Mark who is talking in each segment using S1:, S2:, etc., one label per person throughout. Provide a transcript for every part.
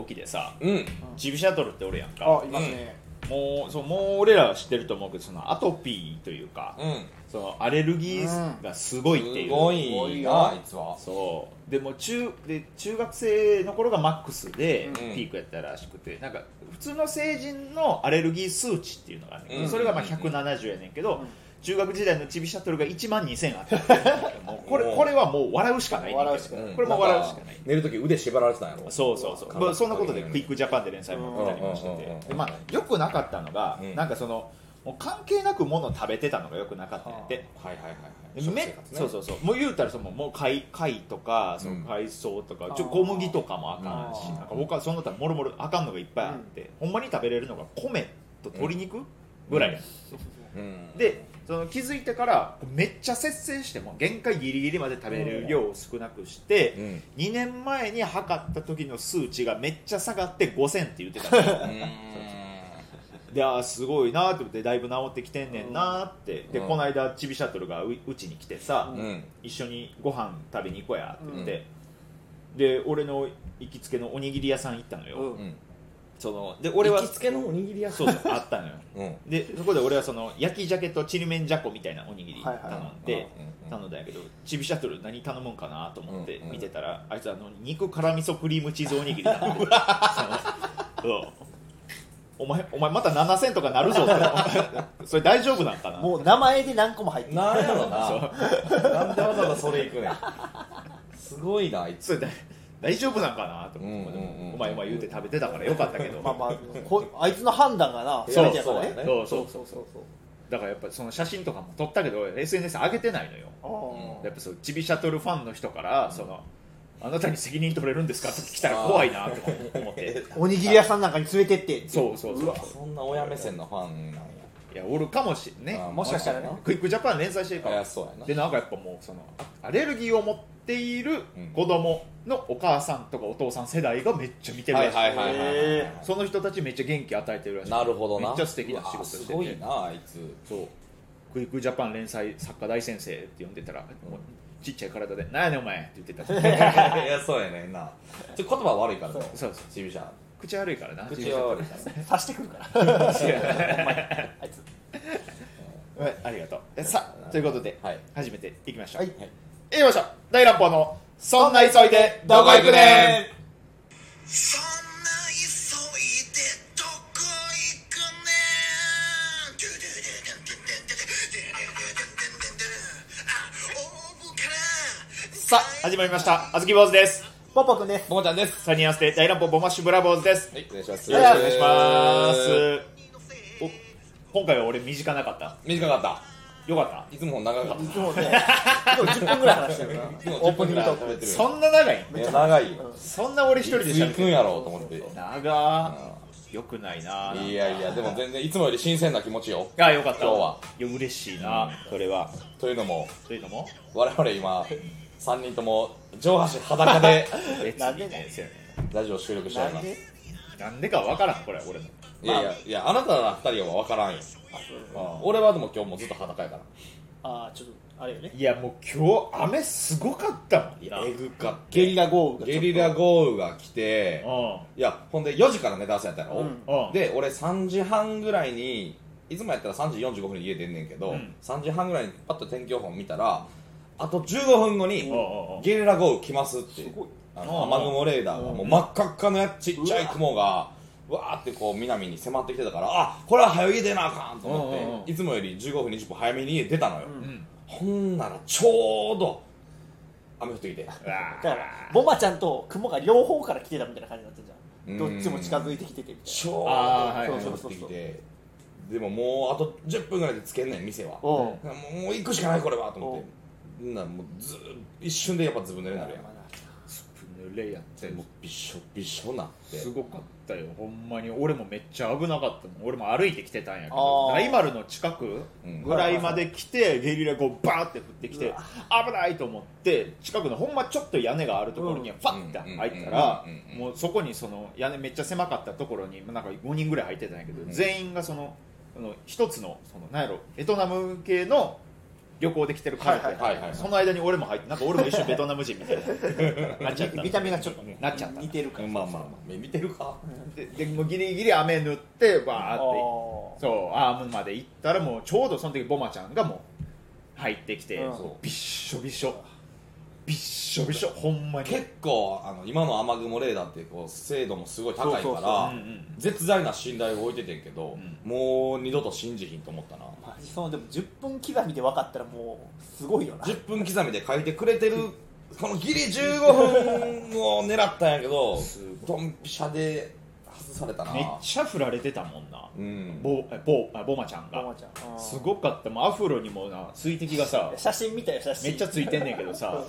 S1: 沖でさ
S2: うん
S1: ジブシャトルっておるやんか
S3: あいますね、
S1: もうそうもう俺らは知ってると思うけどそのアトピーというか、
S2: うん
S1: そのアレルギーがすごいっていう、
S2: すご
S3: すごい
S2: い
S3: よ
S2: なあいつは
S1: そうでもう中で中学生の頃がマックスで
S3: うん
S1: ピークやったらしくて、なんか普通の成人のアレルギー数値っていうのがあるねんけど、
S2: うん
S1: それがまあ170やねんけど、
S3: うん
S1: 中学時代のチビシャトルが1万2000あった もうこれこれはもう笑うしかないねんけど
S3: 笑うしかない
S1: これも笑うしかない
S2: 寝る時腕縛られてたんやろ
S1: そうそうそう、まあ、そんなことでクイックジャパンで連載もなりまして
S2: うんうんうんうん
S1: てで、まあ、よくなかったのが、
S2: うん
S1: なんかそのもう関係なくもの食べてたのがよくなかったんやって、
S2: はいはいはいはい
S1: で
S2: 食
S1: め
S2: 生活ね
S1: そうそうそうもう言うたらそのもう貝貝とかそ
S2: うん
S1: の海藻とか、ちょ
S3: あー
S1: 小麦とかもあかんし、
S3: うん
S1: なんか他その他もろもろあかんのがいっぱいあって、ほんまに食べれるのが米と鶏肉、ぐらいやん
S2: うん
S1: でその気づいてからめっちゃ節制しても限界ギリギリまで食べれる量を少なくして、
S2: うん
S1: 2年前に測った時の数値がめっちゃ下がって5000って言ってたの よであーすごいなーって思ってだいぶ治ってきてんねんなーって、で
S2: うん
S1: この間チビシャトルがううちに来てさ、
S2: うんうん
S1: 一緒にご飯食べに行こうやって言って、で俺の行きつけのおにぎり屋さん行ったのよ、
S3: うん
S2: うん
S1: そので俺は
S2: 行きつけのおにぎり屋
S1: そうそうあったのよ
S2: うん
S1: でそこで俺はその焼き鮭とちりめんじゃこみたいなおにぎり
S3: はい
S1: 頼
S3: はい
S1: んで
S2: うん
S1: 頼んだんやけどチビシャトル何頼むんかなと思って
S2: うん
S1: 見てたらあいつあの肉辛味噌クリームチーズおにぎりだって言って たそうお前お前また7000とかなるぞってそれ 大丈夫なんかな
S3: もう名前で何個も入ってる
S2: なんやろ
S1: そう
S2: ななんでわざわざそれ行くねんすごいなあいつ
S1: それだ大丈夫なんかなと思って、
S2: うんうんうん
S1: お前お前言うて食べてたからよかったけど
S3: まあまあこあいつの判断がな
S1: そう
S3: 全てやから
S2: そうやね
S1: そうそ
S3: そう
S1: う
S3: そうそうそう
S1: だからやっぱりその写真とかも撮ったけど SNS 上げてないのよ
S3: あ
S1: やっぱそうチビシャトルファンの人からそのあなたに責任取れるるんですかって来たら怖いなとか思 って
S3: ーおにぎり屋さんなんかに連れてって
S1: そうそう
S2: う
S1: そう
S2: わそんな親目線のファンなんや
S1: いやおるかもしれんね
S2: あー
S3: もしかしたらね
S2: まあ
S1: クイックジャパン連載してるか
S2: いや
S1: ら
S2: そうやな
S1: でなんかやっぱもうそのアレルギーを持っている
S2: うん
S1: 子供のお母さんとかお父さん世代がめっちゃ見てる
S2: は
S1: ら
S2: い
S1: しい、
S2: はいはいはいはいはい
S1: その人たちめっちゃ元気与えてるらしい
S2: なるほどな
S1: めっちゃ素敵な仕事してて
S2: うわすごいなあい つ
S1: そう「クイックジャパン連載作家大先生」って呼んでたら、もうちっちゃい体で「なんやねんお前」って言ってた
S2: いやそうやねんなちょっと言葉悪いからね
S1: そうそう
S2: ちびしゃ
S1: 口悪いからな
S2: 口は悪いからね
S3: 刺してくるから
S1: 口悪い
S3: あいつ
S1: はいありがとうえさあということで、
S2: はい
S1: 始めていきましょう、
S3: はい
S2: はい
S1: いきましょう大乱暴の「そんな急いでどこ行くねん」
S4: そんな急いでどこ行くねんあオーブから
S1: さあ始まりましたあずき坊主です
S3: ポッポくんです
S2: ももちゃんです
S1: サニーアンステ大乱暴ボマッシュブラボーズです
S2: はいお願いします
S1: よろしくお願いします
S4: のせ
S1: お今回は俺短なかった
S2: 短かった
S1: よかっ
S2: いつも長かっ
S3: いつもね今日10分ぐらい話してるな
S2: た
S3: オープニングトーク
S2: 食べ
S1: た
S2: てる
S1: そんな長い
S2: いや長いよ
S1: そんな俺一人で
S2: い
S1: しゃ
S2: つ行くんやろうと思って
S1: 長ーよくないなー
S2: いやいやでも全然いつもより新鮮な気持ちよ
S1: あよかった
S2: 今日はい
S1: や嬉しいな、それは
S2: というのも
S1: というのも
S2: 我々 今3人とも上半身裸で
S1: 別
S3: なんで
S1: にねそうやね
S2: ラジオ収録してお
S3: な
S2: り
S3: ん
S2: ます
S3: で
S1: なんでかわからんこれ俺も
S2: いやいやいやあなたら2人は分からんよ
S3: あそう
S2: 俺はでも今日もずっと裸やから
S3: あーちょっとあれよね
S1: いやもう今日雨すごかったもんな
S2: ぐかっ
S3: ゲリラ豪雨がちょっ
S2: ゲ
S3: と
S2: リラ豪雨が来て
S1: う
S2: いやほんで4時から寝たせやったやろ、
S1: んうん
S2: で俺3時半ぐらいにいつもやったら3時45分に家出んねんけど、
S1: うん
S2: 3時半ぐらいにパッと天気予報見たらあと15分後に
S1: おうおうおう
S2: ゲリラ豪雨来ますって
S3: すごい
S1: お
S2: あ
S1: うお
S2: の
S1: う
S2: 雨雲レーダーがもう真っ赤っかのやつちっちゃい雲がわーってこう南に迫ってきてたからあこれは早い家出なあかんと思
S1: おうおう
S2: っ
S1: おう
S2: ていつもより15分20分早めに家出たのよ、
S1: ん
S2: ほんならちょうど雨降ってきて
S1: うわ
S3: だからボマちゃんと雲が両方から来てたみたいな感じになってるじゃ
S2: う
S3: ん
S2: ん
S3: どっちも近づいてきててみたい
S2: ちょうど
S1: あーはい
S2: 雨降ってきてでももうあと10分ぐらいでつけんねん店は
S3: なお
S2: もうもう行くしかないこれはと思ってなんもうず一瞬でやっぱずぶ濡れになるやんも
S1: 濡れやって
S2: うびしょびしょなって
S1: すごかったよほんまに俺もめっちゃ危なかったの俺も歩いてきてたんやけど
S3: あー
S1: 大丸の近く
S2: うん
S1: ぐらいまで来てゲリラこうバーって降ってき
S3: う
S1: て
S3: わ
S1: 危ないと思って近くのほんまちょっと屋根があるところに
S3: う
S1: ファッて入ったら
S2: うんうんうんうん
S1: もうそこにその屋根めっちゃ狭かったところになんか5人ぐらい入ってたんやけど
S2: ん
S1: 全員がそのあの一つのそのなんやろベトナム系の旅行で来てる彼と、
S3: はい
S2: はいはい
S1: その間に俺も入ってなんか俺も一瞬ベトナム人みたいになっちゃった
S3: 見た目がちょっとね
S1: なっちゃった
S3: 似てるから
S2: まあまあまあ見てるか
S1: ででもうギリギリ雨塗ってバーって
S3: あ
S1: そうアームまで行ったらもうちょうどその時ボマちゃんがもう入ってきて、
S3: うん
S1: そうびっしょびしょびっしょびしょほんまに
S2: 結構あの今の雨雲レーダーってこう精度もすごい高いから
S3: そうそう
S1: うん
S3: そ
S1: うん
S2: 絶大な信頼を置いててんけど、
S1: う
S2: もう二度と信じひんと思ったな
S3: マジそのでも10分刻みで分かったらもうすごいよな
S2: 10分刻みで書いてくれてるこのギリ15分を狙ったんやけどドンピシャで外されたな
S1: めっちゃ振られてたもんな
S2: うん
S1: ボえボあボマちゃん
S3: ママ
S1: が
S3: ちゃん
S1: す
S3: い
S1: ごかったもうアフロにもな水滴がさ
S3: 写真見たよ写真
S1: めっちゃついてんねんけどさ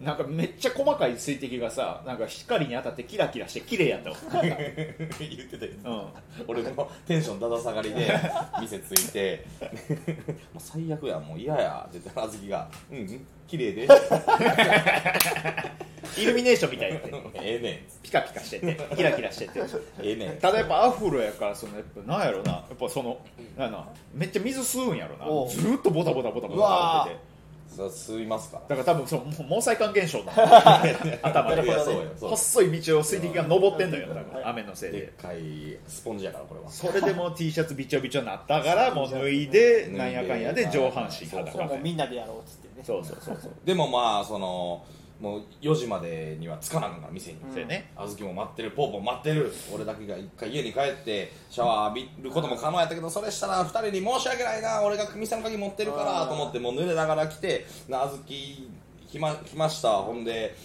S1: なんかめっちゃ細かい水滴がさなんか光に当たってキラキラして綺麗やったわ
S2: 言ってたよ
S1: うん
S2: 俺もテンションだだ下がりで 店ついて もう最悪やもう嫌やって言ったらあずきが「うんうん綺麗で
S1: イルミネーションみたいで
S2: ええね
S1: ピカピカしててキラキラしてて
S2: んええねん」
S1: ただやっぱアフロやからそのやっぱなんやろなやっぱそのなんやろなめっちゃ水吸うんやろ
S3: お
S1: な
S3: う
S1: ずーっとボタボタボタボ
S2: う
S1: タ
S2: わ
S1: ってて
S2: それ吸いますから
S1: だから多分その毛細管現象だ頭
S2: い
S1: で
S2: やそうよそうよ
S1: 細い道を水滴が登ってんのよ多
S3: はい
S1: 分雨のせい
S2: でっ
S1: で
S2: かいスポンジやからこれは
S1: それでもう T シャツびちょびちょになったからもう脱いで
S2: 脱いで
S1: なんやかんやで上半身
S2: そ
S1: 裸
S2: うそう
S1: で
S3: それはもうみんなでやろうっつってね
S1: そうそうそうそう
S2: でもまあそのもう4時までには着かなあかんから店に、
S3: うん
S1: そうやね
S2: あずきも待ってるぽーぽー待ってる俺だけが一回家に帰ってシャワー浴びることも可能やったけどそれしたら2人に申し訳ないな俺が店の鍵持ってるからと思ってもう濡れながら来てなあずき来ま来ましたほんで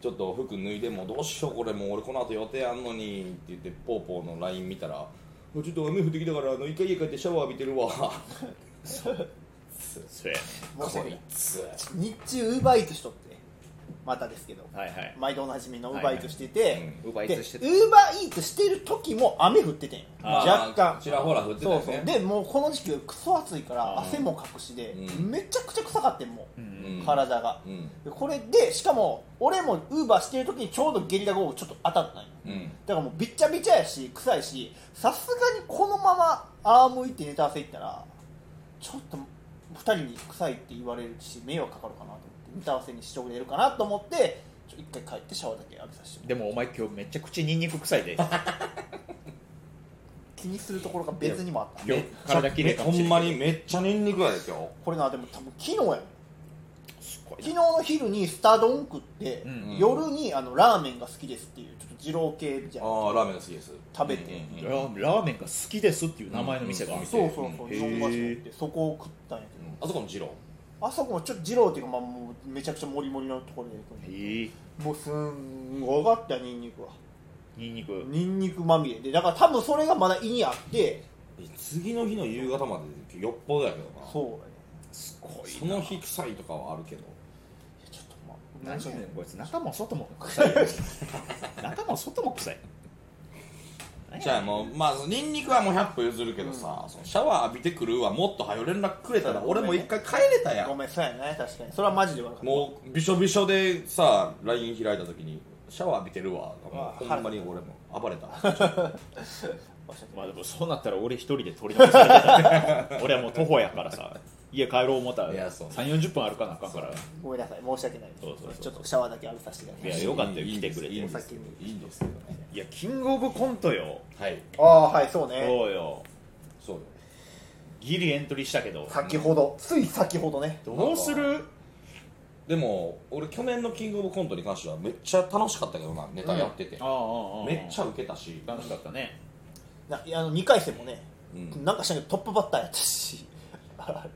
S2: ちょっと服脱いでもうどうしようこれもう俺この後予定あんのにって言ってぽーぽーの LINE 見たら「もうちょっと雨降ってきたからあの一回家帰ってシャワー浴びてる わ」
S1: そうやね
S3: もうそ
S2: こ
S3: れ
S2: いつ
S3: 日中ウーバーイーツしとってまたですけど
S1: はいはい
S3: 毎度おなじみのウーバーイーツしてて
S1: ウーバーイ
S3: で
S1: ー
S3: ウ
S1: ツしてた
S3: ーバーイーツしてる時も雨降っててんよ
S2: まあ
S3: 若干
S2: ちらほら降ってた
S3: そ
S2: よ
S3: う
S2: ね
S3: そうでもうこの時期クソ暑いから汗もかくしで
S2: うん
S3: めちゃくちゃ臭かってんもう
S2: うん
S3: 体が
S2: うん
S3: でこれでしかも俺もウーバーしてる時にちょうどゲリラ豪雨ちょっと当たったんよ
S2: うん
S3: だからもうびっちゃびちゃやし臭いしさすがにこのままあー向いてネタ合わせ行ったらちょっと2人に臭いって言われるし迷惑かかるかなと思ってネタ合わせにしてくれるかなと思ってちょ一回帰ってシャワーだけ浴びさせて
S1: でもお前今日めっちゃ口ニンニク臭いで
S3: 気にするところが別にもあった
S1: 今日体綺麗かもしれんけど
S2: ほんまにめっちゃニンニクやで今
S3: これなでも多分昨日やん
S1: すごい
S3: 昨日の昼にスタ丼食って、
S1: うん
S2: うん
S3: 夜にあのラーメンが好きですっていうちょっと二郎系じゃん
S2: ああラーメンが好きです
S3: 食べて
S2: うんうんうん
S1: ラーラーメンが好きですっていう名前の店がある
S3: そうそうそう
S1: へー
S3: 日本橋に行ってそこを食ったんやけど
S2: あそこの二郎
S3: あそこもちょっと二郎っていうか、まあ、もうめちゃくちゃモリモリのところで行くんやけど
S1: へえ
S3: もうすんごかったニンニクは
S1: ニンニク
S3: ニンニクまみれでだから多分それがまだ胃にあって
S2: え次の日の夕方までよっぽどやけどな
S3: そうだね
S1: すごいな
S2: その日臭いとかはあるけど
S3: いやちょっとまあ
S1: 何やねん
S3: ね
S1: こいつ中も外も臭いよ中も外も臭い何
S2: じゃあもうまあニンニクはもう100歩譲るけどさ、そのシャワー浴びてくるはもっと早よ連絡くれたら俺も一回帰れたや
S3: ご
S2: ん
S3: めんそうやね確かにそれはマジで悪かった
S2: もうびしょびしょでさ LINE 開いた時にシャワー浴びてるわもうほんまに俺も暴れた
S1: まあでもそうなったら俺一人で取り残されてた俺はもう徒歩やからさ家帰ろう思ったら
S2: いやそう
S1: 3 4 0分歩かなあかんから
S3: ごめんなさい申し訳ないです
S1: そうそうそう
S3: ちょっとシャワーだけ浴びさせていただきま
S1: い
S3: し
S1: やよかったよ来てくれて
S2: いいんですけどいいんですけどね
S1: いやキングオブコントよ
S2: はい
S3: たああはいそうね
S1: そうよ
S2: そうよ
S1: ギリエントリーしたけど
S3: 先ほどつい先ほどね
S1: どうする
S2: でも俺去年のキングオブコントに関してはめっちゃ楽しかったけどなネタやってて、
S1: ああ
S2: めっちゃ
S1: ゃ
S2: ウケたし
S1: 楽しかったね
S3: ないやあの2回戦もね、
S2: うん
S3: なんかしらんけどトップバッターやっ たし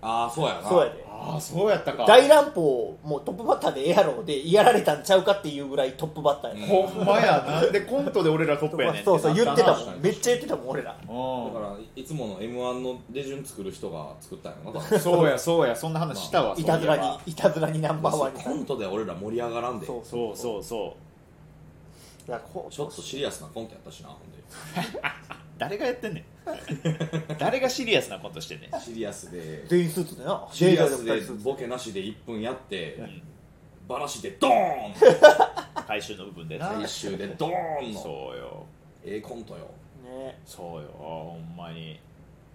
S2: ああそうやな
S3: そうやで
S1: ああそうやったか
S3: 大乱暴もうトップバッターでええやろうでやられたんちゃうかっていうぐらいトップバッターやった、
S1: ほんまやなんでコントで俺らトップやねん
S3: そうそう言ってたも
S2: 確か
S3: ん
S2: に
S3: めっちゃ言ってたもん俺ら
S2: だか
S1: もん
S2: らいつもの m 1の出順作る人が作ったんや な多分
S1: そうやそうやそんな話したわ
S3: いたずら
S1: そういえば
S3: にいたずらにナンバーワンに
S2: コントで俺ら盛り上がらんで
S3: そう
S1: そうそうそう
S3: いやこう
S2: ちょっとシリアスなコントやったしなほん で
S1: 誰がやってん ねん誰がシリアスなことしてんねん
S2: シリアスで
S3: 全員スーツでな
S2: シリアス
S3: ジェイダ
S2: で
S3: ー二人スーツ
S2: ボケなしで1分やって、
S1: ん
S2: バラシでドーン
S1: 回収の部分でな
S2: 最終でドーンの
S1: そうよ
S2: ええコントよ
S3: ね
S1: そうよほんまに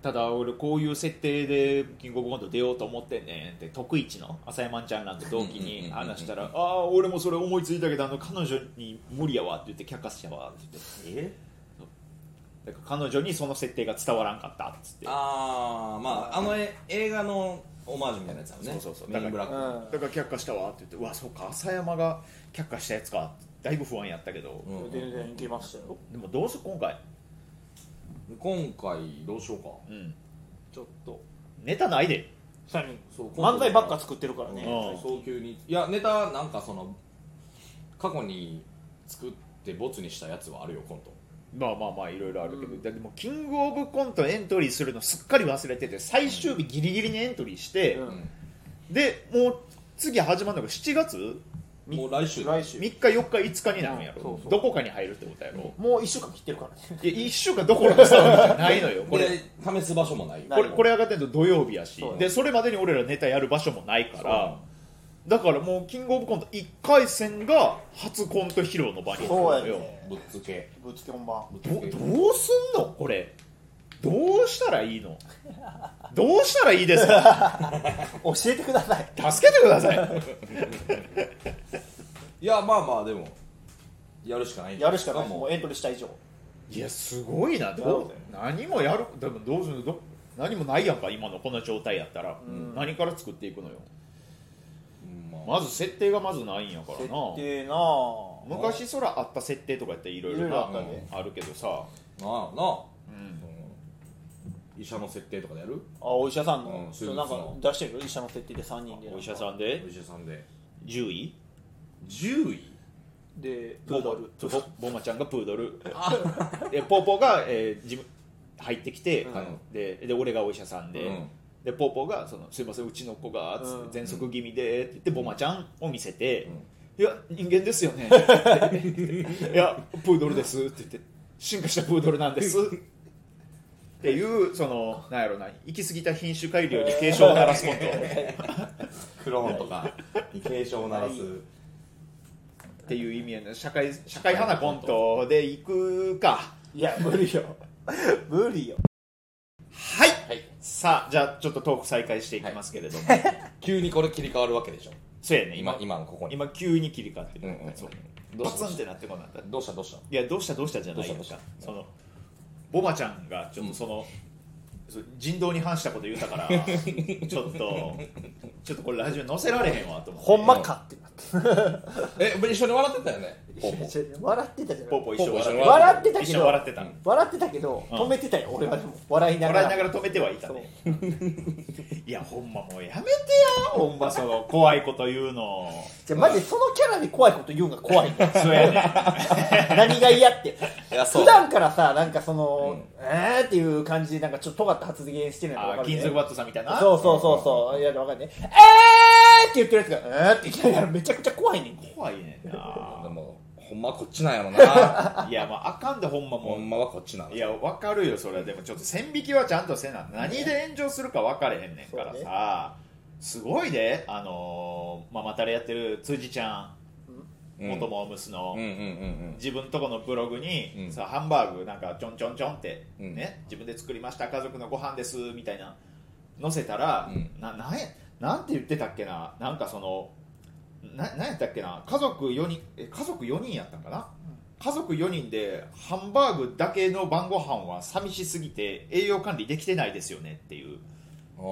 S1: ただ俺こういう設定でキングオブコント出ようと思ってんねんって徳一の浅山ちゃんなんて同期に話したら「ああ俺もそれ思いついたけどあの彼女に無理やわ」って言って却下しちゃうわって言って
S2: え
S1: だから彼女にその設定が伝わらんかったっつって
S2: ああまああのえ映画のオマージュみたいなやつだもんね
S1: そうそうそう
S2: メインブラックの
S1: だから却下したわって言って「うわそうか浅山が却下したやつか」だいぶ不安やったけど、
S2: うん
S3: 全然いけましたよ
S1: でもどうする今回
S2: 今回どうしようか
S1: うん
S3: ちょっと
S1: ネタないで
S3: 最近
S2: そう
S3: 漫才ばっか作ってるからね
S1: うん
S2: 早急にいやネタなんかその過去に作ってボツにしたやつはあるよコント
S1: まあまあまあいろいろあるけど、
S3: うん
S1: だってもうキングオブコントエントリーするのすっかり忘れてて最終日ギリギリにエントリーして、
S3: うん
S1: でもう次始まるのが7月み
S2: もう来週
S3: 来
S1: 3
S3: 週
S1: 日4日5日になるんやろ、
S3: うんそうそう
S1: どこかに入るってことやろ、
S3: もう1週間切ってるからね
S1: いや1週間どころの騒ぎじゃないのよこ
S2: こ
S1: れ
S2: れ試す場所もないよ
S1: こ
S3: ない
S1: れこれ上がってんの土曜日やし
S3: そう
S1: でそれまでに俺らネタやる場所もないから
S2: そ
S1: だからもうキングオブコント1回戦が初コント披露の場になるの
S3: そう
S1: よ
S3: やね
S2: ぶっつけ
S3: ぶっつけ本番
S2: ぶっつ
S1: ど
S2: け
S1: どうすんのこれどうしたらいいのどうしたらいいですか
S3: 教えてください
S1: 助けてください
S2: いやまあまあでもやるしかないんじゃ
S3: や
S2: な
S3: る
S2: い
S3: しかないもうエントリーした以上
S1: いやすごいなどう何もやるでもどうするのど何もないやんか今のこの状態やったら、
S3: ん
S1: 何から作っていくのよ
S2: うんまあ
S1: まず設定がまずないんやから
S3: 設
S1: な
S3: 定なあ
S1: 昔そらあった設定とかやったらいろい
S3: いろいろあ
S1: ろ
S3: っ
S1: な
S3: たね
S1: あるけどさ、
S2: なあなあ、
S1: うん
S2: うん医者の設定とかでやる
S3: あお医者さん
S2: う
S3: の
S2: ん
S3: ちょっとなんか出してるよ医者の設定で3人で
S1: お医者さんで
S2: お医者さんで
S1: 10位
S2: 10位
S3: でプードル
S1: ボマボマちゃんがプードルでポーポーが、えー、事務入ってきて、
S2: うん
S1: でで俺がお医者さんで、
S2: うん
S1: でポーポーがその「すいませんうちの子が」つって「喘息気味で」って言ってボマちゃんを見せて「いや人間ですよね」いやプードルです」って言って「進化したプードルなんです」っていうそのなんやろな行き過ぎた品種改良に警鐘を鳴らすコント
S2: クローンとかに警鐘を鳴らす
S1: っていう意味やね社会社会派なコントで行くか
S3: いや 無理よ無理よ
S1: はい、
S2: はい
S1: さあじゃあちょっとトーク再開していきますけれども、
S2: 急にこれ切り替わるわけでしょ
S1: そうやね今
S2: 今今のここに
S1: 今急に切り替わって
S2: う
S1: る、
S2: んうん
S1: そう
S2: どう
S1: パ
S2: し
S1: ツ
S2: た
S1: ンってなってこなかった
S2: どうしたどうした
S1: いやどうしたどうしたじゃないよ
S2: どうしたどうした
S1: そのボマちゃんがちょっとその、そう人道に反したこと言ったからちょっとちょっとこれラジオに載せられへんわと思って
S3: ほんまかってなって
S2: え一緒に笑ってたよねほぼ
S3: ちょ笑ってたじゃ
S1: ポー
S3: ん
S1: ポー一緒に
S3: 笑ってたけど
S1: 一緒に笑ってた、
S2: うん
S3: 笑ってたけど
S1: うん
S3: 止めてたよ俺はでも笑いなが
S1: 笑い
S3: ら
S1: ながら止めてはいたね いやほんまもうやめてやほんまその怖いこと言うの
S3: じゃあマジでそのキャラで怖いこと言うのが怖いんだよ
S1: そうやね ん
S3: 何が嫌って
S2: いやそう
S3: 普段からさなんかその、えーっていう感じでなんかちょっと尖った発言してるの
S1: あ
S3: が
S1: ー金属
S3: ね
S1: バットさんみたいな
S3: そうそうそうそういやわかんねえーって言ってるやつがえーって言ってるやつめちゃくちゃ怖いねんて
S1: 怖いねんな
S2: でもほんまはこっちなんや ろな
S1: いやまああかんでほんまも
S2: ほ
S1: うん
S2: まはこっちなん
S1: いやわかるよそれはでもちょっと線引きはちゃんとせな何で炎上するか分かれへんねんから
S3: そう
S1: さ、すごいであのーママタレやってる辻ちゃん
S2: うん
S1: 元モームスの、
S2: うんうんうん
S1: 自分とこのブログに、
S2: うん
S1: さハンバーグなんかちょんちょんちょんって、
S2: うん
S1: ね自分で作りました家族のご飯ですみたいな載せたら、
S2: うん
S1: ななんやなんて言ってたっけななんかそのななんやったっけな家族4人え家族4人やったんかな、家族4人でハンバーグだけの晩ご飯は寂しすぎて栄養管理できてないですよねっていう
S2: うんあ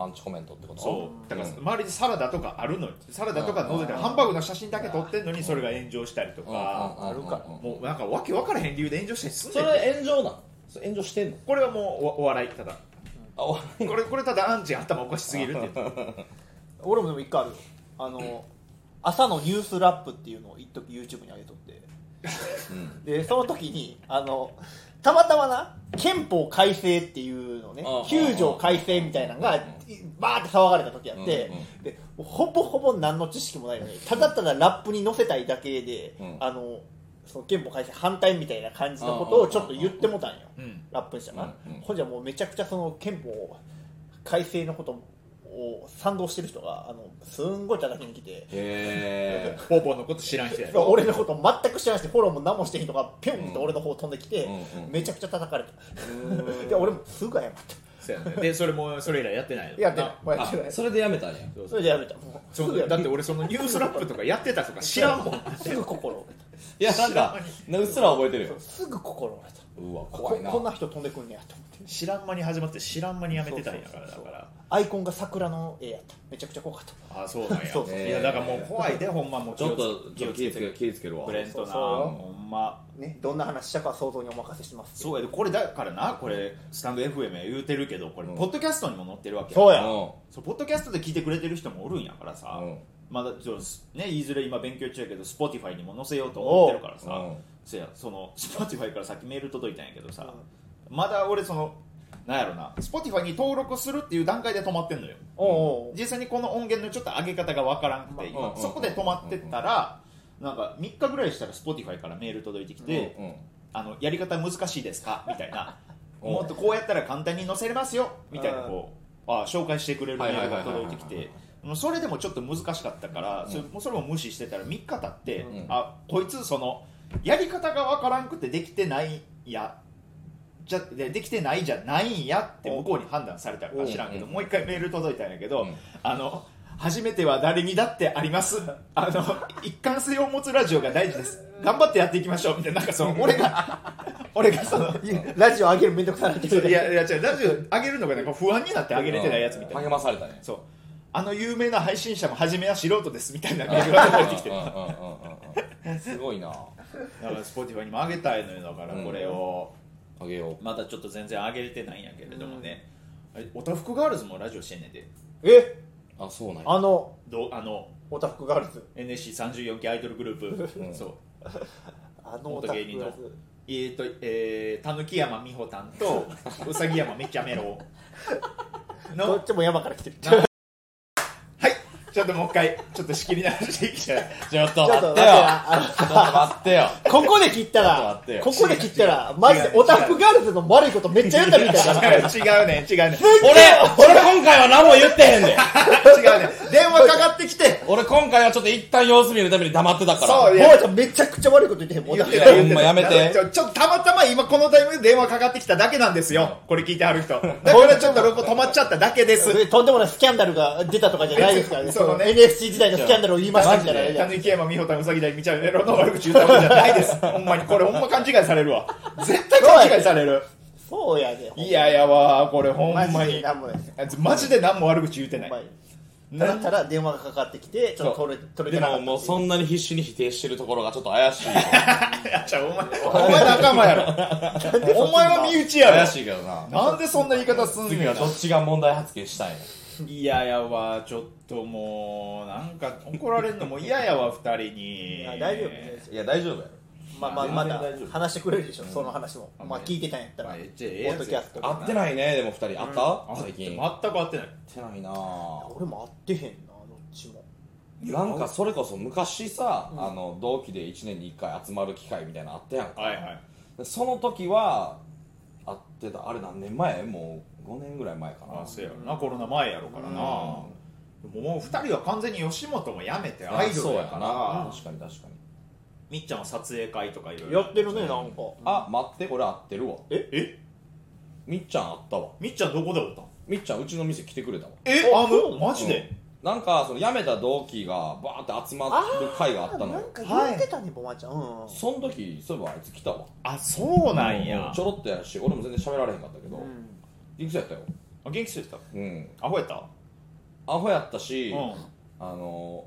S2: あアンチコメントってこと
S1: そうだから
S2: ん
S1: 周りにサラダとかあるのにサラダとか載せて
S2: うん
S1: ハンバーグの写真だけ撮ってんのにそれが炎上したりと
S2: うんうん
S1: か。
S2: うんうん
S3: あるから
S1: もうなんかわけわからへん理由で炎上したりすん
S2: そ
S1: ねん
S2: れ炎上なのそれ炎上してんの
S1: これはもうおお笑いただ
S2: あお
S1: こ れこれただアンチ頭おかしすぎるって言って
S3: 俺もでも一回あるよあの朝のニュースラップっていうのを一時 YouTube に上げとって
S2: うん
S3: でその時にあのたまたまな憲法改正っていうのね
S2: ああああ
S3: 9条改正みたいなのが
S2: うん
S3: いバーって騒がれた時やって
S2: うん
S3: でほぼほぼ何の知識もないのにただただラップに載せたいだけで
S2: うん
S3: あのその憲法改正反対みたいな感じのことをちょっと言ってもたんよ
S1: うん
S3: ラップにしたな
S2: うんうん
S3: ほんじゃもうめちゃくちゃその憲法改正のことをを賛同してる人があのすんごい叩きに来て
S2: へ
S1: ポーポーのこと知らん人 やろ
S3: 俺のこと全く知らないしフォローも何もしてへんとかピョンって俺の方飛んできて、
S2: うんうん
S3: めちゃくちゃ叩かれ たで俺もすぐ謝っ
S1: そうやねでそれもそれ以来やってないの
S3: たやってない もうやってな
S2: あ
S3: い
S2: それでやめたんや
S1: そう
S3: そ
S1: そう
S3: れでやめたもうす
S1: そ
S3: ぐ
S1: う
S3: や
S1: だっ
S3: め
S1: て俺そのニュースラップとかやってたとか知らんもん
S3: たすぐ心折れ
S2: いやなんかうっすら覚えてるよ
S3: たすぐ心折れた
S2: うわ
S3: こ
S2: 怖いな
S3: こんな人飛んでくんねやと思って
S1: 知らん間に始まって知らん間にやめてたんやからだ
S3: そうそうそう
S1: から
S3: アイコンが桜の絵やっためちゃくちゃ怖かった
S1: あそうなんや
S3: そうそう
S1: いやだからもう怖いでほんまもう
S2: ちょっとち
S1: 気
S2: ょ
S1: を
S2: っと
S1: つ
S2: 気
S1: け
S2: ぃつけ
S1: て
S2: 気ぃつけるわ
S1: ブレントな
S3: そうそう
S1: ほんま
S3: ねどんな話したかは想像にお任せします
S1: そうやでこれだからなこれスタンド FM や言うてるけどこれ
S2: うん
S1: ポッドキャストにも載ってるわけ
S3: そう
S2: う
S3: や
S1: そうポッドキャストで聞いてくれてる人もおるんやからさ、
S2: んうん
S1: まだちょっとね言いずれ今勉強中やけど Spotify にも載せようと思ってるからさ、
S2: うん
S1: せやその Spotify からさっきメール届いたんやけどさ、まだ俺そのなんやろな Spotify に登録するっていう段階で止まってんのよ
S3: おうおう
S1: 実際にこの音源のちょっと上げ方がわからんくて、
S2: まあ
S1: 今そこで止まってったら、なんか3日ぐらいしたら Spotify からメール届いてきて、
S2: うん
S1: あのやり方難しいです かみたいな
S2: うん
S1: もっとこうやったら簡単に載せれますよみたいな
S3: うん
S1: こうあ紹介してくれるメールが届いてき
S2: はいはいはいはい
S1: てもうそれでもちょっと難しかったから、
S2: うん
S1: それもうそれも無視してたら3日経って、
S2: うん
S1: あこいつそのやり方がわからんくてできてないやじゃでできてないじゃないんやって向こうに判断されたのか知らんけど、
S2: う
S1: もう一回メール届いたんやけど、
S2: うん
S1: あの初めては誰にだってありますあの一貫性を持つラジオが大事です頑張ってやっていきましょうみたいななんかその俺が俺がそのいや
S3: ラジオ上げるめんどくさいっ て
S1: いやいや違うラジオ上げるのがなんか不安になって上げれてないやつみたいな、
S2: 励まされたね
S1: そうあの有名な配信者も初めは素人ですみたいなメールが入ってきて
S2: う
S1: る
S2: んうん
S1: だか
S2: うんうんうんすごいな
S1: ら Spotify にも上げたいのよだから
S2: うん
S1: これを。
S2: あげよ
S1: まだちょっと全然上げれてないんやけれどもね、あれおたふくガールズもラジオしてんねんで
S3: え
S2: うあそうなんや
S3: あの
S1: どうあの
S3: オタフクガールズ
S1: NSC34 期アイドルグループ、
S2: うん
S1: そう
S3: あのオ
S1: 元
S3: タフ
S1: 芸
S3: ク
S1: 人
S3: ガー
S1: の
S3: ルズ
S1: えーとえー、たぬき山美穂たん とうさぎ山めっちゃメロ
S3: ど
S1: の
S3: っちも山から来てる
S1: なはいちょっともう一回ちょっと仕切り直していきたい
S2: ちょっと
S3: ちょっ
S2: 待
S3: と
S2: っ
S3: 待
S2: てよ
S3: ってあの
S2: ちょっと待ってよ
S3: ここで切っ
S2: ちょっと
S3: たら
S2: 待ってよ、
S3: ここで切ったら
S1: 違、う
S3: マジで
S1: 違う
S3: オタフクガールズの悪いことめっちゃやったみたいになってる。
S1: 違うねん違うねん違うね
S2: 俺俺今回は何も言ってへんねん
S1: ん違うねん電話かかってきて
S2: 俺今回はちょっと一旦様子見るために黙ってたから
S1: そう
S3: もうちゃんめちゃくちゃ悪いこと言ってへんもん。
S1: 言
S3: オ
S1: っ
S3: タ
S1: て
S3: フ
S1: た
S2: いや
S1: 言ってた
S2: ほんまやめて
S1: ちょちょっとたまたま今このタイミングで電話かかってきただけなんですよこれ聞いてはる人だからちょっと録音止まっちゃっただけです
S3: クとんでもないスキャンダルが出たとかじゃないですからね。
S1: そのね
S3: NFC 時代のスキャンダルを言いましたみたいな
S1: 狸山美穂たんうさぎ台みちゃうねろの悪口言ったことじゃない ですほんまにこれほんま勘違いされるわ絶対勘違いされる
S3: そうやで。
S1: いやいやわこれほんま
S3: マ
S1: に
S3: ジでなんもないですよ。
S1: あいつマジで何も悪口言うてな
S3: ほ
S1: い
S3: んまにただただ電話がかかってきて、ちょっと取れ取
S2: で
S3: れてな
S2: も
S3: かった
S2: もうそんなに必死に否定してるところがちょっと怪しい
S1: じゃあお前お前仲間やろお前は身内や
S2: 怪
S1: ろ
S2: しいけどな
S1: なんでそんな言い方すん
S2: 次
S1: の
S2: はどっちが問題発言したい
S1: いややわちょっともうなんか怒られるのも嫌やわ二人に
S3: いや大丈夫大丈
S2: のいや大丈夫やろ
S3: 夫まあまあま
S2: 全然
S3: だ
S2: 大丈夫
S3: 話してくれるでしょ、その話も。
S1: うん
S3: まあ聞いてたんやったら、
S1: まあ
S3: ポ
S1: ええじゃあええや
S3: ッ
S1: つ
S3: ドキャストで。
S1: あ
S2: 会ってないねでも二人会った
S1: 最
S2: 最
S1: 近
S2: 近
S1: 全
S2: 会っ
S1: く合ってない
S2: てないなぁ
S3: 俺も会ってへんな、どっちも。
S2: なんかそれこそ昔さ、あの同期で1年に1回集まる機会みたいなのあったやんか、
S1: はいはい
S2: でその時は会ってたあれ何年前もう5年ぐらい前かな
S1: あそうやろなコロナ前やろからなもう二人は完全に吉本も辞めて
S2: あ
S1: アイド
S2: そう
S1: ルや
S2: や
S1: か
S2: からな確かに確かに
S1: みっちゃんは撮影会とかいろいろ
S3: やってるね、なんか。
S2: あ待って俺会ってるわ
S1: ええ
S2: みっちゃん会ったわ
S1: みっちゃんどこでおったん
S2: みっちゃんうちの店来てくれたわ
S1: えあのマジで、
S2: うんなんかその辞めた同期がバーって集まってる会があったの
S3: な
S2: よ
S3: んか言ってたね、ボマちゃん。うんうん
S2: その時そういえばあいつ来たわ
S1: あそうなんや、
S2: ちょろっとやし俺も全然喋られへんかったけど、
S3: うん
S2: いくつやったよ
S1: あ元気してた
S2: うん
S1: アホやった
S2: アホやったし、
S1: うん
S2: あの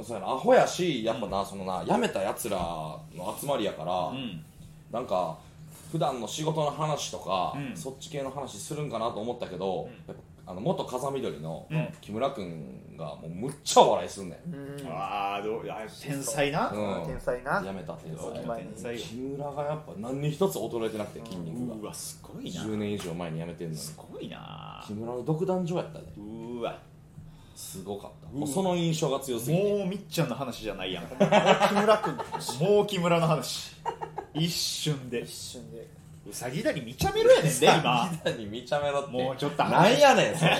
S2: そうやなアホやしやっぱな、そのな辞めたやつらの集まりやから、
S1: うん
S2: なんか普段の仕事の話とか、
S1: うん
S2: そっち系の話するんかなと思ったけど、やっぱあの元風緑の
S1: うん
S2: 木村君がもうむっちゃお笑いすんねん、
S1: ああどうあ天才な、
S2: うん
S3: 天才な
S2: 辞めた天
S1: そう
S3: お
S1: 天
S2: 才
S3: 前に
S1: 才よ
S2: 木村がやっぱ何に一つ衰えてなくて筋肉が、
S1: うわすごいな
S2: 10年以上前に辞めてんのに
S1: すごいな
S2: 木村の独壇場やったね
S1: うわ
S2: すごかったもうその印象が強すぎて
S1: もうみっちゃんの話じゃないやん
S3: 木村君の話
S1: もう木村の話一瞬で
S3: 一瞬で
S1: うさぎだりみちゃめろやねんで今
S2: みんなに見ちゃめろっ て
S1: もうちょっと
S2: なんやねんそれ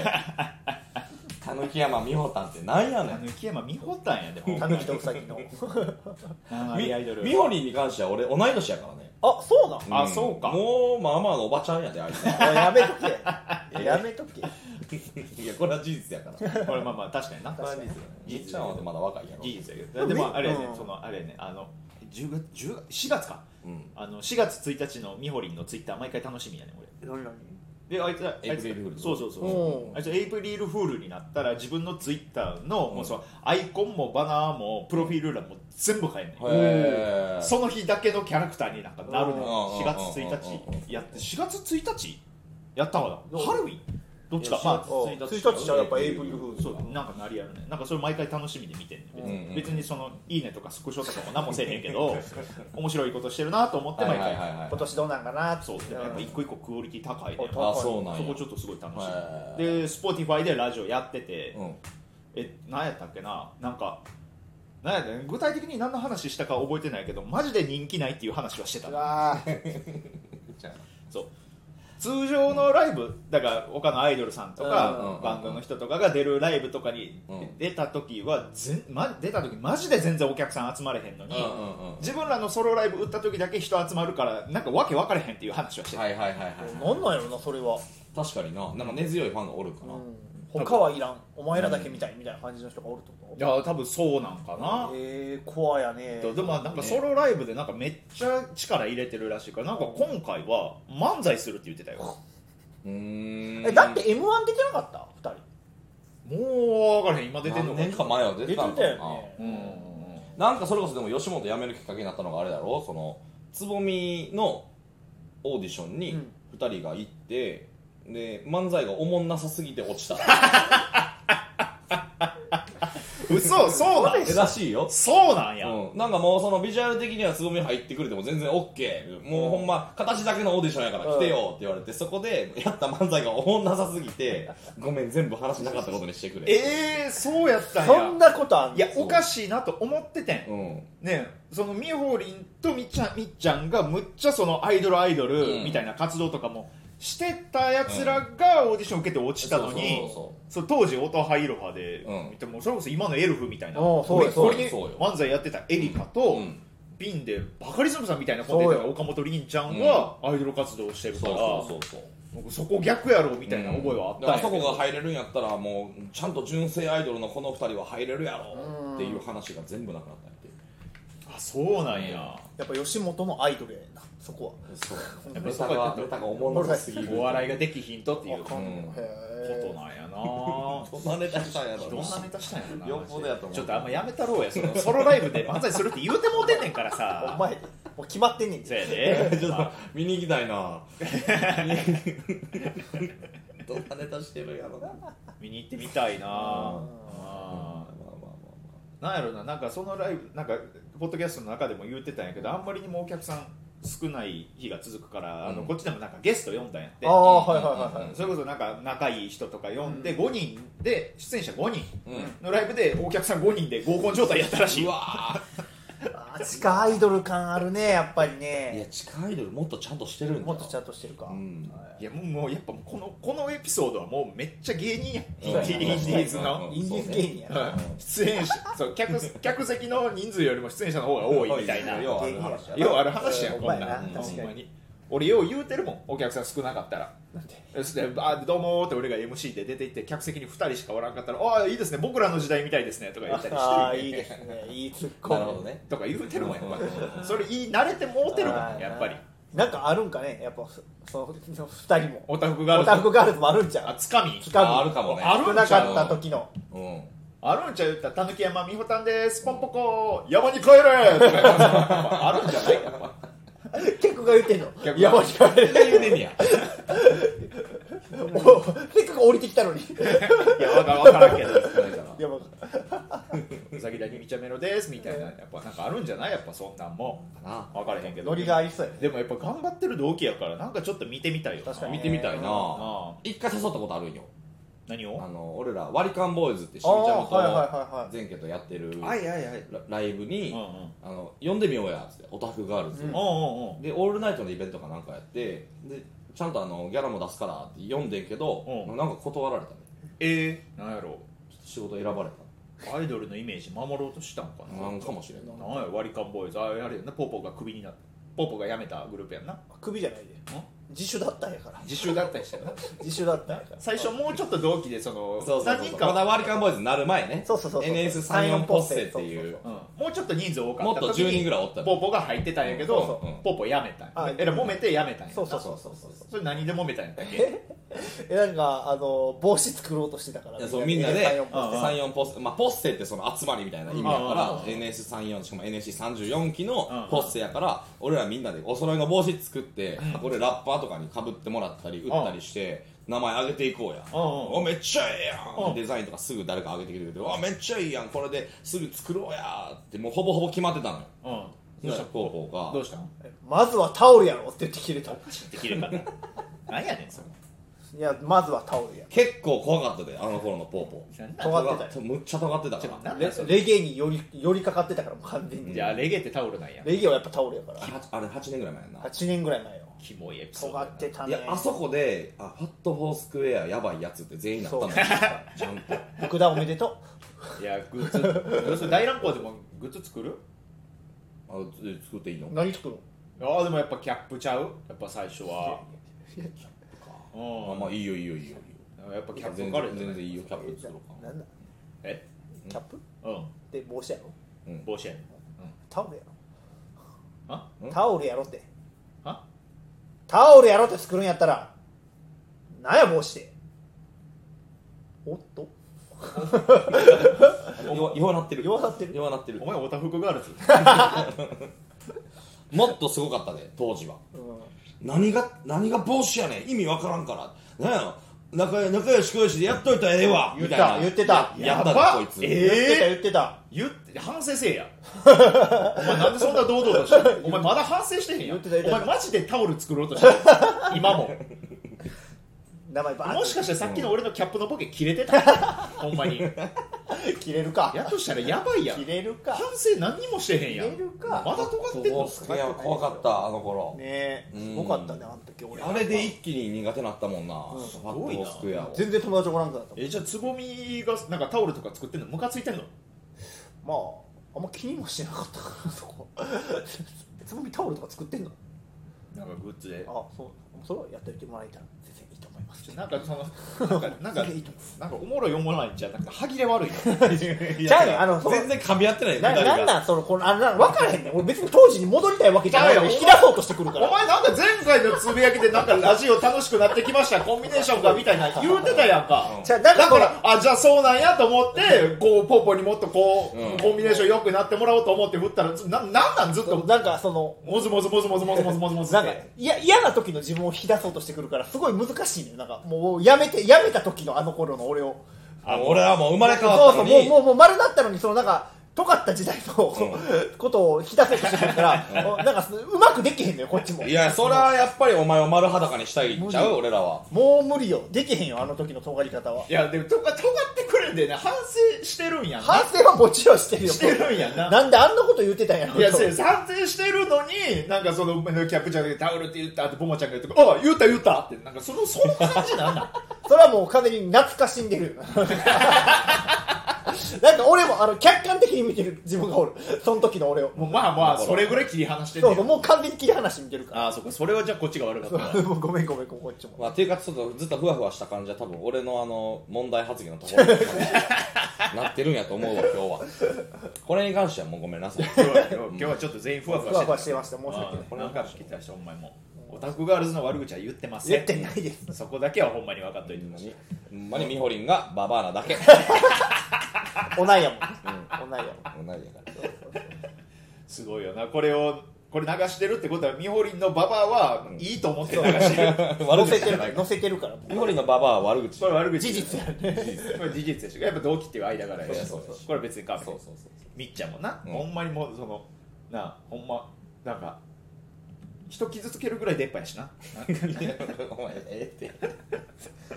S2: たぬき山美穂たんってなんやねん
S1: 抜山美穂たんやでも
S3: たぬきとうさぎの
S1: あ
S2: み
S1: アイドル
S2: 美穂りんに関しては俺同い年やからね
S3: あそうなん
S1: あそうか
S2: もうまあまあのおばちゃんやであ いつ
S3: おい やめとけ やめとけ
S2: いやこれは事実やからこ
S1: これまあまあ確かにな
S2: れは事実やねじいちゃんはまだ若いやろ
S1: 事実やけどでもあれやね
S3: うん
S1: そのあれやねあの10月10月4月か
S2: うん
S1: あの4月1日のみほりんのツイッター毎回楽しみやねん俺
S3: 何何
S1: であいつあいつ
S2: エイプリルフールの
S1: そうそうそううんあいつエイプリルフールになったら自分のツイッターのもうそのアイコンもバナーもプロフィール欄も全部変えんねん
S2: へー
S1: その日だけのキャラクターになんかなる
S3: うん
S1: の4月
S2: うん
S1: 1日やって4月1日やったかなハロウィンどっちか
S2: いや
S1: まあ
S2: 4月
S3: 1日じゃやっぱエイプリルフール
S1: そうなんかなりやるねなんかそれ毎回楽しみで見てんね別に,、
S2: うん
S1: 別にそのいいねとかスクショとかも何もせえへんけ ど面白いことしてるなと思って毎
S2: はい
S1: 回、
S2: はいはいはい
S3: 今年どうなんかな
S1: そうでもやっぱ一個一個クオリティ高いね、
S3: うん
S2: あそうなんや
S1: そこちょっとすごい楽し
S2: へー
S1: いで Spotify でラジオやってて、
S2: うん
S1: え何やったっけななんか何やったっけ具体的に何の話したか覚えてないけどマジで人気ないっていう話はしてた
S3: あ
S2: じゃあ
S1: そう通常のライブだから他のアイドルさんと
S2: うんうんうんう
S1: か
S2: ん
S1: バンドの人とかが出るライブとかに
S2: うん
S1: 出た時はぜん、ま、出た時マジで全然お客さん集まれへんのに、
S2: うんうんうん
S1: 自分らのソロライブ打った時だけ人集まるからなんかわけ分かれへんっていう話はしてた、
S2: はいはいはいはい
S3: なんなんやろなそれは
S2: 確かにななんか根強いファンがおるか
S3: う
S2: ら
S3: ん他はいらんお前らだけみたいみたいな感じの人がおるってこ
S1: い
S3: と
S1: や多分そうなんかな、
S3: えーコアやね
S1: でもなんかソロライブでなんかめっちゃ力入れてるらしいからなんか今回は漫才するって言ってたよ
S2: うーん
S3: えだって m 1出てなかった2人
S1: もう分からへん今出てんのか
S2: 何年か前は出て
S3: 出て
S2: た
S3: た
S2: のかな
S3: よね
S1: うんうんうん
S2: なんかそれこそでも吉本辞めるきっかけになったのがあれだろそのつぼみのオーディションに
S3: うん
S2: 2人が行って、で漫才がおもんなさすぎて落ちた
S1: 嘘そうなん
S2: らしいよ、
S1: そうなんや、
S2: うん、なんかもうそのビジュアル的にはつぼみ入ってくれても全然 OK もうほんま形だけのオーディションやから来てよって言われてそこでやった漫才がおもんなさすぎてごめん全部話なかったことにしてくれ
S1: えー、そうやったんや
S3: そんなことあんの
S1: いやおかしいなと思っててん
S2: うん
S1: ねそのみほりんとみっちゃんみっちゃんがむっちゃそのアイドルアイド
S2: うん
S1: ルみたいな活動とかもしてたやつらがオーディション受けて落ちたのに、
S2: そうそうそう
S1: そう当時オタハイロハで、
S2: うん
S1: でもそれこそ今のエルフみたいな
S3: おうそうよ
S1: これに
S2: そうよそうよ
S1: 漫才やってたエリカと、
S2: うん
S1: ピンでバカリズムさんみたいなコンテンツ
S3: そう
S1: が
S3: よ
S1: 岡本凛ちゃんはアイドル活動をしてるか
S2: そ
S1: ら、
S2: うそうそうそう
S1: 僕そこ逆やろみたいな覚えはあったんや
S2: だ
S1: けど
S2: からそこが入れるんやったらもうちゃんと純正アイドルのこの2人は入れるやろっていう話が全部なくなったんやって
S1: あそうなんや、
S3: やっぱ吉本のアイドルやねんなそこは
S2: そう
S1: やっぱ
S2: ネ
S1: そ
S2: タ
S1: こは
S2: がネタがおもろすぎる
S1: お笑いができひんとっていう
S3: わか
S1: こ
S3: んないへ
S1: と
S3: え
S1: なんや な
S2: どんなネタしたんやろ
S1: どんなネタしたんやろな
S2: よっぽどやと思う
S1: ちょっとあんまやめたろうやそのソロライブで漫才するって言うてもうてんねんからさ
S3: お前もう決まってんねん
S1: そうやで
S2: ちょ っと見に行きたいなどんなネタしてるやろなまあまあ
S1: 見に行ってみたいなあ
S2: まあま
S1: ーなんやろななんかそのライブなんかポッドキャストの中でも言ってたんやけどあんまりにもお客さん少ない日が続くから、あの
S2: うん
S1: こっちでもなんかゲスト呼んだんやって
S3: ああはいはいはいはい
S1: それこそなんか仲いい人とか呼んで5人で出演者5人
S2: あうん
S1: のライブでお客さん5人で合コン状態やったらしいう
S2: わ
S3: あー地下アイドル感あるねやっぱり
S2: ーいや
S3: ね
S2: 地下アイドルもっとちゃんとしてるんだ
S3: もっとちゃん
S2: と
S3: としてるか、
S2: うん
S1: いやもうもうやっぱもうこのこのエピソードはもうめっちゃ芸人や
S2: うん
S1: インディーズの
S2: うん
S3: インディーズ芸人やな、
S1: うん出演者そう客客席の人数よりも出演者の方が多いみたいな
S2: よ
S1: よ
S2: うある話や
S1: うある話やん
S3: うん
S1: こんなん
S3: ほんまやな
S1: うん
S3: 確かに
S1: ほんまに俺よう言うてるもんお客さん少なかったらそして「あどうも」って俺が MC で出て行って客席に2人しかおらんかったら「ああいいですね僕らの時代みたいですね」とか言ったり
S3: ああ
S1: して
S3: いいですねいいツッコ
S2: な
S3: ミ
S2: るほどね
S1: とか言うてるもんやっぱ
S2: う
S1: りそれ言い慣れてもうてるもん
S3: あー
S1: やっぱり
S3: なんかあるんかねやっぱそその二人も
S1: オタフが
S3: オタ
S1: あ
S3: フ
S1: る
S3: ガールズもあるんちゃ
S1: あ
S3: う
S1: つかみ
S3: つ
S2: ああ
S3: か
S2: るかもね
S1: あ
S3: み
S1: る
S3: 少
S1: んちゃ
S3: な
S1: う
S3: かった時の
S2: うん
S1: あるんちゃう言ったらたぬき山美穂たんですポンポコ山に帰れ とか言ってあるんじゃないやっぱ
S3: 客が言ってんの
S1: 客が
S3: 山に帰れ
S2: 言うてんねや
S3: おせっかく降りてきたのに
S1: いやわかわからんけど
S3: 山が
S1: うさぎだにみちゃめろですみたいなやっぱなんかあるんじゃないやっぱそんなんも
S2: な
S1: 分からへんけど
S3: ノリがありそうやね
S1: でもやっぱ頑張ってる同期やからなんかちょっと見てみたいよな
S3: 確かに
S2: 見てみたいな
S1: ああ
S2: 一回誘ったことあるんよ
S1: 何
S2: あ
S1: を
S2: の俺らワリカンボーイズってしみち
S3: ああ
S2: ゃん
S3: はいはい
S2: と
S3: はいはい
S2: 前家とやってる
S1: いはいはい
S2: ラライブに
S1: うんうん
S2: あの呼んでみようやっつってオタフガールズ
S3: うん
S1: おうんうん
S2: でオールナイトのイベントかなんかやってでちゃんとあのギャラも出すからって呼んでんけど
S1: うん
S2: なんか断られたね
S1: えー、なんやろう
S2: 仕事選ばれ
S1: アイドルのイメージ守ろうとしたんか
S2: たな
S1: なん
S2: かもしれんな
S1: なんや割り勘ボーイズあれあれやんなポポがクビになったポポが辞めたグループやんな
S3: 首じゃないで自主だったんやから
S1: 自習だったりして な
S3: 自主だったんやから
S1: 最初もうちょっと同期でその
S2: そうそう
S1: 何
S2: そ
S1: 人
S2: うま
S1: か、
S2: だワリカンボーイズになる前ね
S3: そうそうそうそう
S2: NS34 ポッセっていう
S1: うん、もうちょっと人数多かった時に
S2: もっと10人ぐらいおったよ
S1: ポポが入ってたんやけど、
S2: うんそうそううん
S1: ポポ辞めたん
S3: あ
S1: やえら揉めて辞めたんや
S3: そうそ
S2: そ
S3: うそうう
S2: そうそうそう
S1: それ何で揉めたんやったっけ
S3: えなんかあの帽子作ろうとしてたから
S2: いやそうみんなで
S3: 34
S1: ああ
S2: 34ポッセ、まあ、ポッセってその集まりみたいな意味や
S1: うんあ
S2: か
S1: あ
S2: ら NS34 しかも NSC34 期の
S1: うん
S2: ポッセやから俺らみんなでお揃いの帽子作ってこれラッパーとかにかぶってもらったり売ったりして名前上げていこうや
S1: うんうん
S2: おめっちゃええや
S1: うん
S2: んデザインとかすぐ誰か上げてきてくれてわめっちゃいいやんこれですぐ作ろうやってもうほぼほぼ決まってたのよ
S1: うん
S2: そしたら高校が
S1: どうしたんっ
S3: まずはタオルやろって言って切れたい
S1: て切れた んだ何やねんそれ
S3: やまずはタオルや
S2: 結構怖かったであの頃のポーポー
S1: 何なん
S3: 尖ってたよ
S2: 尖っむっちゃ尖ってたか
S1: ちょっと
S2: ら
S1: なんなんそ
S3: レ
S1: れ
S3: レゲエにより寄りかかってたからもう完全に、
S1: じゃあレゲエってタオルなんや
S3: レゲエはやっぱタオルやから
S2: あれ8年ぐらい前やんな
S3: 8年ぐらい前よ
S1: キモいエピソード
S3: 尖
S1: やな
S3: ってた
S2: い
S3: ね
S2: やあそこであファットフォースクエアやばいやつって全員なったのよ
S3: そう
S2: ちゃんと
S3: 福田おめでと
S1: いやグッズグッズ大乱行でもグッズ作る
S2: あつ作っていいの
S3: う何作るの
S1: ああでもやっぱキャップちゃうやっぱ最初は
S2: あ
S1: う
S2: まあいいよいいよいいよ
S1: んやっぱ
S2: いい
S1: キ
S2: よ
S1: ャッ
S2: 全
S1: プから
S2: 然
S1: や
S2: 全然いいよキャ
S3: え
S2: ップ作ろうか
S3: なんなん
S1: え
S3: キャップ
S1: う
S3: で帽子やろ
S1: ん帽子やねん
S3: タオルや
S1: あ
S2: ん
S3: ろタオルやろって
S1: あ
S3: タオルやろって作るんやったらなんや帽子っておっと
S2: 弱弱なってる
S3: 弱なってる
S2: 弱なってる
S1: お前オタフクガー ルズ
S2: もっとすごかったで当時は
S3: うん
S2: 何が何が帽子やねん意味わからんからなんやろ仲仲良し仲良しでやっといたらええわ
S3: 言っ
S2: み
S3: た
S2: たいな
S3: 言ってた
S2: ややった
S1: やば
S2: でこいつ
S1: え
S3: 言ってた言
S1: 言
S3: ってた
S1: って反省せえや お前なんでそんな堂々としてるお前まだ反省してへんやん
S3: 言ってた言って
S1: お
S3: た
S1: 前マジでタオル作ろうとしてる今 も
S3: 名前バー
S1: もし
S3: ッ
S1: かしてさっきの俺のキャップのボケ切れて たほんまに
S3: て切れるか
S1: やとしたらやばいやん
S3: 切れるか
S1: 反省何にもしてへんやん
S3: 切れるか
S1: まだ
S2: ファ
S1: 尖
S2: ッ
S1: っ
S2: ト
S1: て
S2: フ
S1: ん
S2: ォ
S1: の
S2: ースクエア怖かったあの頃
S3: ねえ
S2: うん
S3: すごかったねあの時俺
S2: あれで一気に苦手なったもんな、ファットフォースクエアを
S3: 全然友達おらんくなったもん
S1: えじゃあつぼみがなんかタオルとか作ってんのムカついてんの
S3: まああんま気にもしなかったからそこ つぼみタオルとか作ってんの
S1: なんかグッズで
S3: あそうそれはやっておいてもらえたら全然いいと思います
S1: ちょなんかそのなんか なんか
S3: いいと思
S1: なんかおもろいおもろいんじゃなくて歯切れ悪い
S3: い
S1: な
S3: ちゃうねんあのその
S2: 全然噛み合ってないよ
S3: な
S2: 二人が
S3: なんなんそのこのあのな分からへんねん俺別に当時に戻りたいわけじゃないの
S1: ちゃう
S3: に
S1: よ
S3: 引き出そうとしてくるか
S1: お
S3: ら
S1: 前なんか前回のつぶやきでなんかラジオ楽しくなってきましたコンビネーションがみたい な言うてたやんか
S3: じゃあなん
S1: だ
S3: かこ
S1: か
S3: れ
S1: らあじゃあそうなんやと思ってこうポッポにもっとこう、
S2: うん
S1: コンビネーション良くなってもらおうと思って振ったらずななんなんずっと
S3: なんかその
S1: もずもずもずもずもずもずもずもず
S3: な
S1: っ
S3: んか
S1: て
S3: いや嫌な時の自分を引き出そうとしてくるからすごい難しいねんなんかもうやめてやめた時のあの頃の俺を
S2: あ俺はもう生まれ変わ
S3: そう
S2: ったの
S3: そう
S2: に
S3: もうもうもう丸なったのにそのなんか尖った時代の、ことを引き出そうとしてくるからおなんかすうまくできへんのよこっちも
S2: いやそれはやっぱりお前を丸裸にしたいんちゃう俺らは
S3: もう無理よできへんよあの時の尖り方はい
S1: やでもとか尖ってくるんでね反省してるんやん
S3: 反省はもちろんしてるよ
S1: してるんやな
S3: なんであんなこと言ってたんやろ
S1: いや、
S3: と
S1: せ賛成してるのに、なんかその、あのキャプチャーでタオルって言った後、ボマちゃんが言ったから、あ言った言ったって、なんかその、その感じなん だ。
S3: それはもう完全に懐かしんでるなんか俺もあの客観的に見てる自分がおるその時の俺を
S1: もうまあまあ、それぐらい切り離してん
S3: そ
S1: ね
S3: うそう
S1: よ。
S3: もう完全に切り離して見てるから
S1: ああ、そっか、それはじゃあこっちが悪かったな。
S3: そうもう ごめんごめんこっちも
S2: まあ、ていうかちょっとずっとふわふわした感じは多分俺のあの問題発言のところになってるんやと思うわ今日はこれに関してはもうごめんなさい
S1: 今日は今日今日はちょっと全員ふわふ
S3: ふわふ
S1: わ
S3: わ
S1: し
S3: してて
S1: る。
S3: ました申し訳ない
S1: これなんか聞いた人、お前も。オタクガールズの悪口は言ってません。
S3: 言ってないです
S1: そこだけはほんまに分かっといて
S2: ほんま
S1: ほしい
S2: に。ほんまにみほりんがババアなだけ
S3: おないやもんおないやもん
S2: もうないやから
S1: すごいよな。これを、これ流してるってことは、みほりんのババアはいいと思って流して る。
S2: 悪
S3: 乗
S2: 口
S3: せ
S2: じ
S3: て
S2: ゃ
S3: る
S2: な
S3: か
S2: い
S3: ら乗せてるからも
S2: みほりんのババアは悪口
S1: これ悪口。
S3: 事実やね
S1: 事実これ事実でしょ。やっぱ同期っていう間柄やし。
S2: そうそ
S1: こ
S2: う
S1: れは別に関係ない
S2: そうそうそう
S1: みっちゃんもな、
S2: うん
S1: ほんまにもうそのなあほんまなんか人傷つけるぐらい出っ歯やしな
S2: お前ええって
S3: う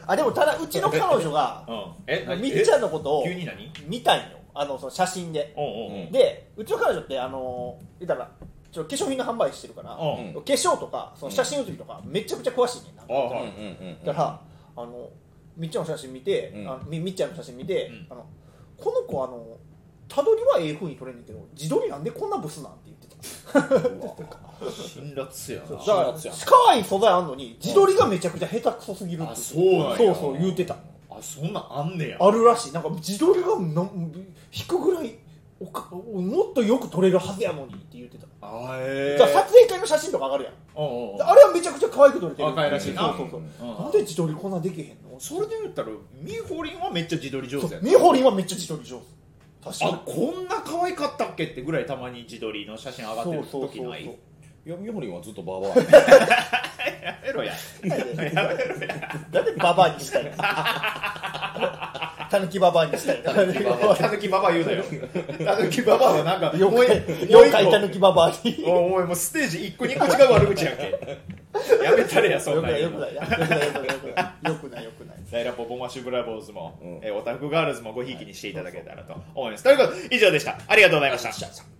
S3: あでもただうちの彼女が
S1: うんえ
S3: みっちゃんのことを
S1: 急に何
S3: 見たんよあのその写真で
S1: おうおう
S2: うん
S3: でうちの彼女ってあの言ったらちょ化粧品の販売してるから化
S1: おう
S2: うん
S3: 粧とかその写真写りとかめちゃくちゃ詳しいねんな
S1: ああ
S2: うんうん
S1: はい
S2: うんうん
S3: だからあのみっちゃんの写真見て
S2: うん
S3: あのみみっちゃんの写真見て
S1: うん
S3: あのこの子あのたどりはええ風に取れんねんけど自撮りなんでこんなブスなんて言ってた
S1: 辛辣やな
S2: そう
S3: だか
S2: 辛
S3: ら
S2: 辣やん
S3: 可愛い素材あんのに自撮りがめちゃくちゃ下手くそすぎるって
S1: あそうなんや
S3: そうそう言うてた
S1: あそんなんあんねや
S3: あるらしいなんか自撮りがなん引くぐらいおかもっとよく撮れるはずやのにって言ってた、
S1: あええ
S3: じゃあ撮影会の写真とか上がるやん
S1: うんうんうん
S3: あれはめちゃくちゃ可愛く撮れてる
S1: 可愛らしいな
S3: そうそうそう、
S1: うん
S3: なんで自撮りこんなできへんの
S1: それで言ったらミホリンはめっちゃ自撮り上手やな
S3: みほりんはめっちゃ自撮り上手確かに
S1: あこんな可愛かったっけってぐらいたまに自撮りの写真上がってる時ない
S2: いや、ミホリンはずっとバーバーや
S1: や めろや
S3: なんでババアにしたいのたぬきババアにしたいの
S1: たぬきババア言うなよたぬきババアはなんかもう一
S3: 妖怪たぬきババアに
S1: おいおいもうステージ一個二個違う悪口やんけやめたれやそ
S3: よ
S1: ん
S3: く
S1: な
S3: なんい
S1: 言
S3: よ
S1: う
S3: く
S1: の
S3: ないよくないよくないよくないよくないよくない
S1: ダイラポボマッシュブラボーズも、
S2: うん
S1: えーオタフクガールズもごひいきにしていただけたらと思います。ということで、以上でした。ありがとうございました。